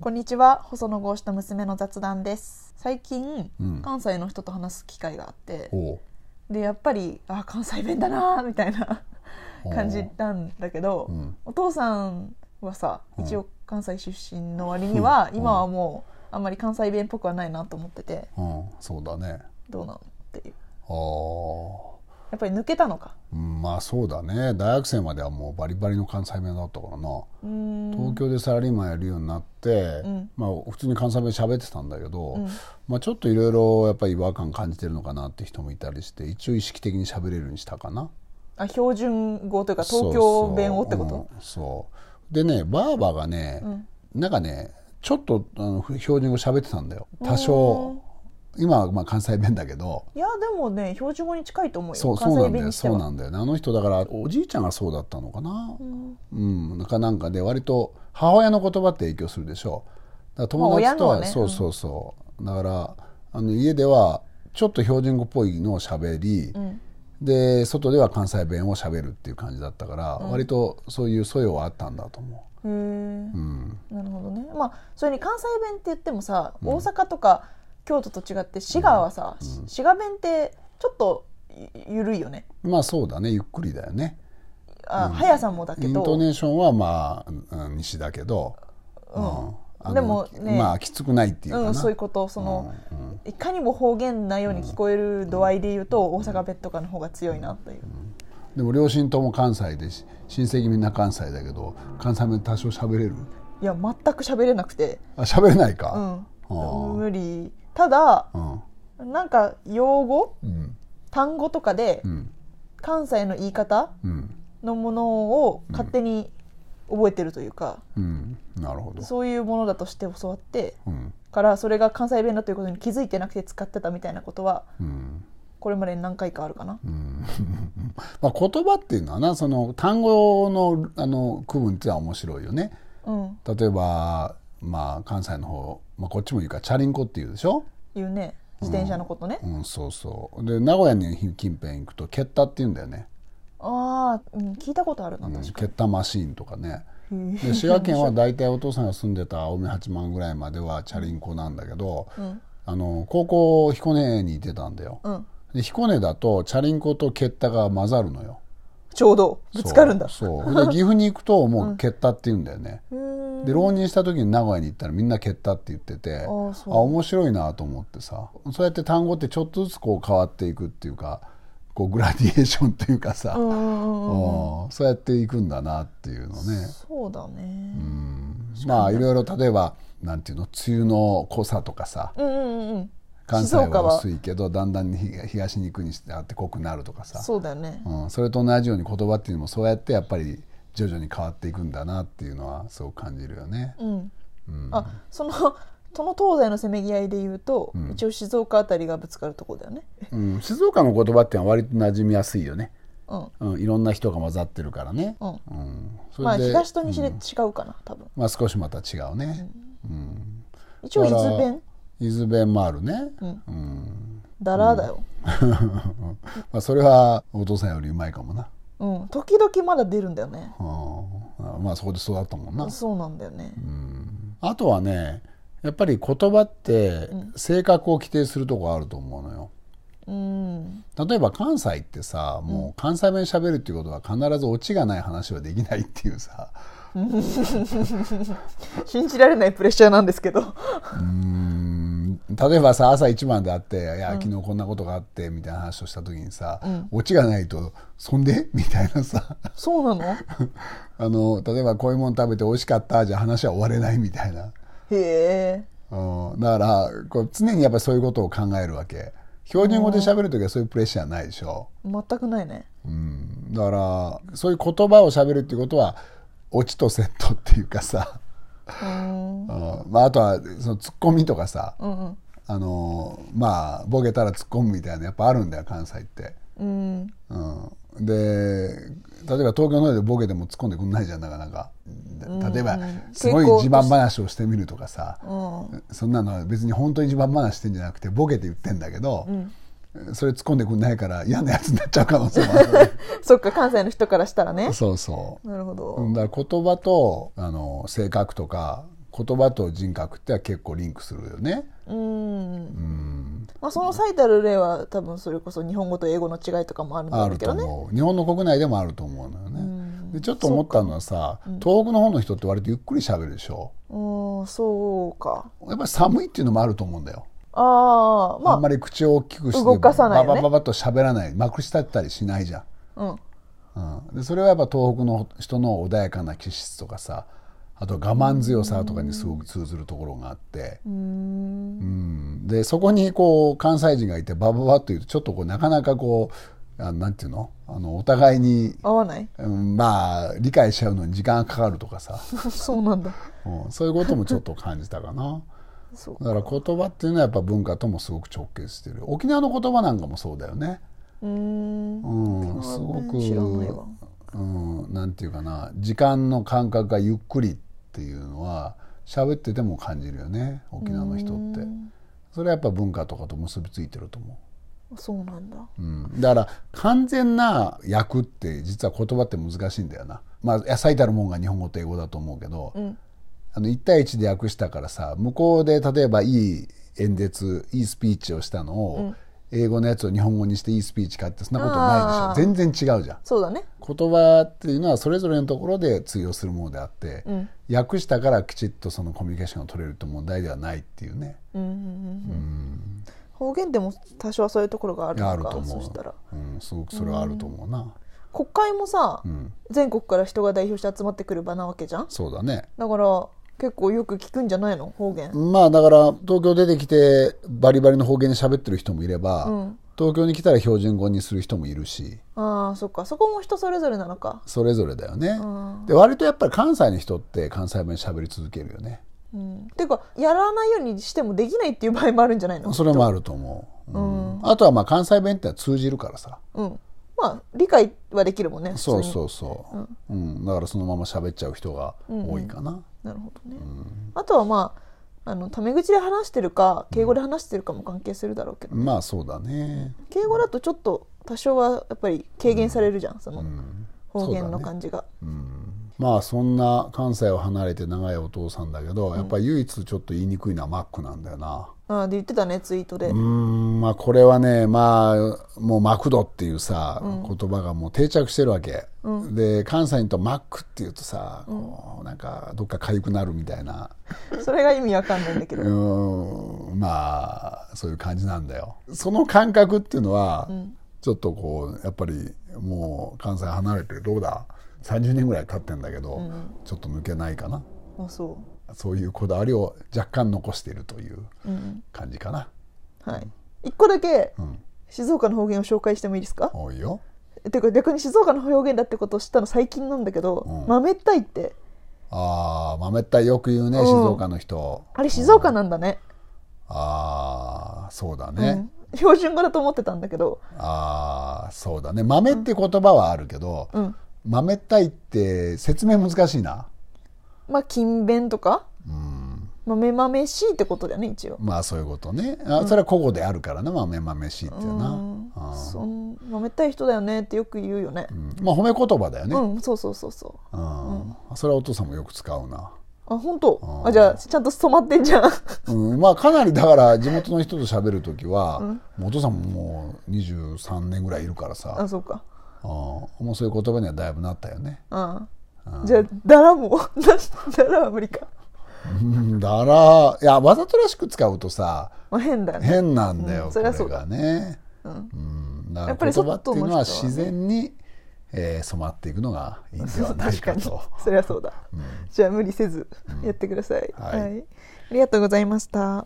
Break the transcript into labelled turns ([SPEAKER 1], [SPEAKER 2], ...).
[SPEAKER 1] こんにちは細野豪志と娘の雑談です最近、
[SPEAKER 2] うん
[SPEAKER 1] 関西の人と話す機会があって
[SPEAKER 2] おう
[SPEAKER 1] でやっぱりあ関西弁だなーみたいな
[SPEAKER 2] おう
[SPEAKER 1] 感じたんだけど、
[SPEAKER 2] うん
[SPEAKER 1] お父さんはさ
[SPEAKER 2] うん
[SPEAKER 1] 一応関西出身の割には、
[SPEAKER 2] うん
[SPEAKER 1] 今はもうあんまり関西弁っぽくはないなと思ってて
[SPEAKER 2] うん、そうだね
[SPEAKER 1] どうなのっていう
[SPEAKER 2] ああ
[SPEAKER 1] やっぱり抜けたのか
[SPEAKER 2] うんまあそうだね大学生まではもうバリバリの関西弁だったからな
[SPEAKER 1] うーん
[SPEAKER 2] 東京でサラリーマンやるようになって、
[SPEAKER 1] ん
[SPEAKER 2] まあ普通に関西弁喋ってたんだけど、
[SPEAKER 1] うん
[SPEAKER 2] まあちょっといろいろやっぱり違和感感じてるのかなって人もいたりして一応意識的に喋れるようにしたかな
[SPEAKER 1] あ標準語というか東京弁をってこと
[SPEAKER 2] そう,うん、そうでねバーバーがね、なんかねちょっとあの標準語喋ってたんだよ多少今はまあ関西弁だけど
[SPEAKER 1] いやでもね標準語に近いと思うよ
[SPEAKER 2] そうそ
[SPEAKER 1] 関
[SPEAKER 2] う
[SPEAKER 1] 西
[SPEAKER 2] なんだ
[SPEAKER 1] 弁
[SPEAKER 2] よ
[SPEAKER 1] にして
[SPEAKER 2] そう
[SPEAKER 1] は
[SPEAKER 2] なんだよねあの人だからおじいちゃんがそうだったのかなうん、なんかなんかで割と母親の言葉って影響するでしょだから友達と
[SPEAKER 1] まあ親の
[SPEAKER 2] は
[SPEAKER 1] ね
[SPEAKER 2] そうそうそうだからあの家ではちょっと標準語っぽいのを喋り、で外では関西弁を喋るっていう感じだったから、割とそういう素養はあったんだと思
[SPEAKER 1] へー
[SPEAKER 2] う、うん、
[SPEAKER 1] なるほどねまあそれに関西弁って言ってもさ、大阪とか京都と違って滋賀はさ、滋賀弁ってちょっとゆゆるいよね
[SPEAKER 2] まあそうだねゆっくりだよね
[SPEAKER 1] あ、早さもだけ
[SPEAKER 2] イン
[SPEAKER 1] ど
[SPEAKER 2] トネーションはまあ、うん、西だけど、うんあの
[SPEAKER 1] でもね
[SPEAKER 2] まあきつくないっていうかな、
[SPEAKER 1] うん、そういうことその、いかにも方言なように聞こえる度合いで言うと、大阪弁とかの方が強いなという、
[SPEAKER 2] でも両親とも関西でし親戚みんな関西だけど関西弁多少喋れる
[SPEAKER 1] いや全く喋れなくて、
[SPEAKER 2] あ喋れないか、
[SPEAKER 1] うん、
[SPEAKER 2] ー
[SPEAKER 1] 無理ただ
[SPEAKER 2] うん
[SPEAKER 1] なんか用語
[SPEAKER 2] うん
[SPEAKER 1] 単語とかで
[SPEAKER 2] うん
[SPEAKER 1] 関西の言い方
[SPEAKER 2] うん
[SPEAKER 1] のものを勝手に覚えてるというか、
[SPEAKER 2] うんなるほど
[SPEAKER 1] そういうものだとして教わって
[SPEAKER 2] うん
[SPEAKER 1] からそれが関西弁だということに気づいてなくて使ってたみたいなことは
[SPEAKER 2] うん
[SPEAKER 1] これまでに何回かあるかな、
[SPEAKER 2] まあ、言葉っていうのはなその単語のあの区分っていうのは面白いよね
[SPEAKER 1] うん、
[SPEAKER 2] 例えば、まあ、関西の方、まあ、こっちも言うかチャリンコっていうでしょ、
[SPEAKER 1] いうね自転車のことね、
[SPEAKER 2] うん、そうそうで名古屋に近辺行くとケッタっていうんだよね
[SPEAKER 1] ああ、うん、聞いたことあるな確か
[SPEAKER 2] ケッタマシーンとかね
[SPEAKER 1] に、
[SPEAKER 2] で滋賀県は大体お父さんが住んでた青梅八幡ぐらいまではチャリンコなんだけど、あの高校彦根にいてたんだよ、
[SPEAKER 1] うん、
[SPEAKER 2] で彦根だとチャリンコとケッタが混ざるのよ
[SPEAKER 1] ちょうどぶつかるんだ
[SPEAKER 2] そうそうで岐阜に行くともうケッタって言うんだよね、
[SPEAKER 1] う
[SPEAKER 2] で浪人した時に名古屋に行ったらみんなケッタって言っててあ
[SPEAKER 1] ーそう
[SPEAKER 2] 面白いなと思ってさそうやって単語ってちょっとずつこう変わっていくっていうかこうグラディエーションっていうかさ、
[SPEAKER 1] うんうんうん
[SPEAKER 2] うんそうやっていくんだなっていうのね
[SPEAKER 1] そうだね
[SPEAKER 2] まあいろいろ例えばなんていうの梅雨の濃さとかさ
[SPEAKER 1] うんうんうん
[SPEAKER 2] 関西
[SPEAKER 1] 静岡
[SPEAKER 2] は
[SPEAKER 1] は
[SPEAKER 2] 薄いけどだんだんに東に行くにしてあって濃くなるとかさ
[SPEAKER 1] そうだよね
[SPEAKER 2] うん、それと同じように言葉っていうのもそうやってやっぱり徐々に変わっていくんだなっていうのはすごく感じるよね。
[SPEAKER 1] うん、あその その東西のせめぎ合いで言うと、一応静岡あたりがぶつかるとこだよね
[SPEAKER 2] うん、静岡の言葉っていうのは割と馴染みやすいよね、
[SPEAKER 1] うん
[SPEAKER 2] うん、いろんな人が混ざってるからね、
[SPEAKER 1] うん
[SPEAKER 2] うん、そ
[SPEAKER 1] まあ
[SPEAKER 2] れで、
[SPEAKER 1] 東と西で違うかな、多分
[SPEAKER 2] まあ、少しまた違うね、
[SPEAKER 1] 一応伊豆弁
[SPEAKER 2] 伊豆弁もあるね、
[SPEAKER 1] だらだよ、
[SPEAKER 2] まあ、それはお父さんよりうまいかもな、
[SPEAKER 1] うん時々まだ出るんだよね、
[SPEAKER 2] うん、まあそこで育ったもんな、
[SPEAKER 1] そうなんだよね、
[SPEAKER 2] あとはねやっぱり言葉って性格を規定するとこあると思うのよ、
[SPEAKER 1] うん、
[SPEAKER 2] 例えば関西ってさもう関西弁喋るっていうことは必ずオチがない話はできないっていうさ
[SPEAKER 1] 信じられないプレッシャーなんですけど
[SPEAKER 2] うん例えばさ朝一番で会って「いや昨日こんなことがあって」みたいな話をした時にさ、オチがないと「そんで?」みたいなさ
[SPEAKER 1] そうなの
[SPEAKER 2] あの例えば「こういうもの食べて美味しかった」じゃ話は終われないみたいな。
[SPEAKER 1] へえ
[SPEAKER 2] うんだからこう常にやっぱりそういうことを考えるわけ標準語で喋る時はそういうプレッシャーないでしょ、
[SPEAKER 1] 全くないね
[SPEAKER 2] うん、だからそういう言葉を喋るっていうことはオチとセットっていうかさ、
[SPEAKER 1] うん
[SPEAKER 2] うんまあ、あとはそのツッコミとかさ、
[SPEAKER 1] うん
[SPEAKER 2] あのまあボケたらツッコむみたいなやっぱあるんだよ関西って、
[SPEAKER 1] うん
[SPEAKER 2] うん、で例えば東京の方でボケても突っ込んでくんないじゃんなかなか例えばすごい自慢話をしてみるとかさ、
[SPEAKER 1] うん
[SPEAKER 2] そんなのは別に本当に自慢話してんじゃなくてボケて言ってんだけど、それ突っ込んでくんないから嫌なやつになっちゃう可能性もある、
[SPEAKER 1] そっか関西の人からしたらね
[SPEAKER 2] そうそう
[SPEAKER 1] なるほど、
[SPEAKER 2] うんだから言葉とあの性格とか言葉と人格っては結構リンクするよね。
[SPEAKER 1] うん
[SPEAKER 2] うん
[SPEAKER 1] まあ、その最たる例は多分それこそ日本語と英語の違いとかもあるんだ
[SPEAKER 2] あ
[SPEAKER 1] ろう
[SPEAKER 2] る
[SPEAKER 1] け
[SPEAKER 2] と
[SPEAKER 1] どね。
[SPEAKER 2] 思う、日本の国内でもあると思うのよね、
[SPEAKER 1] ん
[SPEAKER 2] でちょっと思ったのはさ、東北の方の人って割とゆっくり喋るでしょ
[SPEAKER 1] うんそうか
[SPEAKER 2] やっぱり寒いっていうのもあると思うんだよ、
[SPEAKER 1] ああ
[SPEAKER 2] あ、ん
[SPEAKER 1] ま
[SPEAKER 2] まり口を大きくして
[SPEAKER 1] 動かさないよね
[SPEAKER 2] ババババッと喋らないまくし立ったりしないじゃん、
[SPEAKER 1] あうん
[SPEAKER 2] うん、でそれはやっぱ東北の人の穏やかな気質とかさあと我慢強さとかにすごく通ずるところがあって、
[SPEAKER 1] うーん
[SPEAKER 2] うんでそこにこう関西人がいてバババッと言うとちょっとこうなかなかこうあなんていうのあのお互いに
[SPEAKER 1] 合わない
[SPEAKER 2] うんまあ理解しちゃうのに時間がかかるとかさ、
[SPEAKER 1] そうなんだ
[SPEAKER 2] うん、そういうこともちょっと感じたかな
[SPEAKER 1] そう
[SPEAKER 2] だから言葉っていうのはやっぱ文化ともすごく直結してる沖縄の言葉なんかもそうだよね
[SPEAKER 1] うーん
[SPEAKER 2] うんすごく
[SPEAKER 1] 知らないわ
[SPEAKER 2] うん、なんていうかな時間の感覚がゆっくりっていうのは喋ってても感じるよね沖縄の人ってそれはやっぱ文化とかと結びついてると思
[SPEAKER 1] そうなんだ
[SPEAKER 2] う、うん、だから完全な訳って実は言葉って難しいんだよなまあ最たるもんが日本語と英語だと思うけど、
[SPEAKER 1] うん
[SPEAKER 2] あの1対1で訳したからさ向こうで例えばいい演説いいスピーチをしたのを、英語のやつを日本語にしていいスピーチかってそんなことないでしょ全然違うじゃん
[SPEAKER 1] そうだね
[SPEAKER 2] 言葉っていうのはそれぞれのところで通用するものであって、
[SPEAKER 1] うん
[SPEAKER 2] 訳したからきちっとそのコミュニケーションが取れると問題ではないっていうね、
[SPEAKER 1] うんうんうんうん方言でも多少はそういうところがある
[SPEAKER 2] あ
[SPEAKER 1] の
[SPEAKER 2] ると
[SPEAKER 1] か
[SPEAKER 2] 思
[SPEAKER 1] そうしたら
[SPEAKER 2] うん、すごくそれはあると思うな、
[SPEAKER 1] 国会もさ
[SPEAKER 2] ん
[SPEAKER 1] 全国から人が代表して集まってくる場なわけじゃん
[SPEAKER 2] そうだね
[SPEAKER 1] だから結構よく聞くんじゃないの方言
[SPEAKER 2] まあだから東京出てきてバリバリの方言で喋ってる人もいれば、
[SPEAKER 1] ん
[SPEAKER 2] 東京に来たら標準語にする人もいるし
[SPEAKER 1] ああそっかそこも人それぞれなのか
[SPEAKER 2] それぞれだよね、
[SPEAKER 1] ん
[SPEAKER 2] で割とやっぱり関西の人って関西弁喋り続けるよね
[SPEAKER 1] うんていうかやらないようにしてもできないっていう場合もあるんじゃないの
[SPEAKER 2] それもあると思う、うんあとはまあ関西弁ってのは通じるからさ、
[SPEAKER 1] うんまあ理解はできるもんね
[SPEAKER 2] そ
[SPEAKER 1] 普
[SPEAKER 2] う
[SPEAKER 1] 通に
[SPEAKER 2] そうそう、うんだからそのまま喋っちゃう人が多いかな、
[SPEAKER 1] なるほどね、あとはまああのタメ口で話してるか敬語で話してるかも関係するだろうけど、
[SPEAKER 2] まあそうだね、
[SPEAKER 1] 敬語だとちょっと多少はやっぱり軽減されるじゃん、その方言の感じが、
[SPEAKER 2] まあそんな関西を離れて長いお父さんだけどやっぱり唯一ちょっと言いにくいのはマックなんだよな
[SPEAKER 1] ああで言ってたねツイートで、
[SPEAKER 2] うーんまあこれはねまあもうマクドっていうさ、言葉がもう定着してるわけ、で関西にとマックっていうとさ、こうなんかどっか痒くなるみたいな
[SPEAKER 1] それが意味わかんないんだけど、
[SPEAKER 2] うーんまあそういう感じなんだよその感覚っていうのは、ちょっとこうやっぱりもう関西離れてどうだ30年ぐらい経ってんだけど、ちょっと抜けないかな
[SPEAKER 1] あそう
[SPEAKER 2] そういうこだわりを若干残しているという感じかな、
[SPEAKER 1] はい一個だけ、
[SPEAKER 2] ん
[SPEAKER 1] 静岡の方言を紹介してもいいですか
[SPEAKER 2] 多いよ
[SPEAKER 1] てか逆に静岡の表現だってことを知ったの最近なんだけど
[SPEAKER 2] うん
[SPEAKER 1] 「豆ったい」って
[SPEAKER 2] ああ豆ったいよく言うね静岡の人
[SPEAKER 1] あれ静岡なんだね、
[SPEAKER 2] ああそうだ
[SPEAKER 1] う
[SPEAKER 2] ね、
[SPEAKER 1] ん標準語だと思ってたんだけど
[SPEAKER 2] ああそうだね豆って言葉はあるけど、
[SPEAKER 1] うん
[SPEAKER 2] 豆ったいって説明難しいな
[SPEAKER 1] まあ勤勉とか
[SPEAKER 2] うん
[SPEAKER 1] 豆豆しいってことだよね一応
[SPEAKER 2] まあそういうことね。あそれは古語であるからね、豆豆しいっていうな。
[SPEAKER 1] うん
[SPEAKER 2] あー
[SPEAKER 1] そん豆ったい人だよねってよく言うよね
[SPEAKER 2] うんまあ褒め言葉だよね、
[SPEAKER 1] うんそうそうそうそう
[SPEAKER 2] うんそれはお父さんもよく使うな。
[SPEAKER 1] あ本当あじゃあちゃんと染まってんじゃん
[SPEAKER 2] うん、まあかなりだから地元の人と喋る時は、もうお父さんももう23年ぐらいいるからさ、
[SPEAKER 1] あそうか
[SPEAKER 2] あーもうそういう言葉にはだいぶなったよね。
[SPEAKER 1] うんじゃあだらも だらは無理か、
[SPEAKER 2] うん、だらいやわざとらしく使うとさ
[SPEAKER 1] まあ、変だよね
[SPEAKER 2] 変なんだよ、
[SPEAKER 1] うん
[SPEAKER 2] こ
[SPEAKER 1] そ
[SPEAKER 2] れ
[SPEAKER 1] りゃそう
[SPEAKER 2] がね。
[SPEAKER 1] うん
[SPEAKER 2] うん、だ
[SPEAKER 1] やっ
[SPEAKER 2] か
[SPEAKER 1] ぱ
[SPEAKER 2] ら
[SPEAKER 1] り
[SPEAKER 2] 言葉っていうのは
[SPEAKER 1] 外の人はね
[SPEAKER 2] 自然に、えー染まっていくのがいいんではない
[SPEAKER 1] 確か
[SPEAKER 2] か
[SPEAKER 1] に
[SPEAKER 2] と。
[SPEAKER 1] そりゃそうだ、じゃあ無理せずやってください、
[SPEAKER 2] はい
[SPEAKER 1] はい、ありがとうございました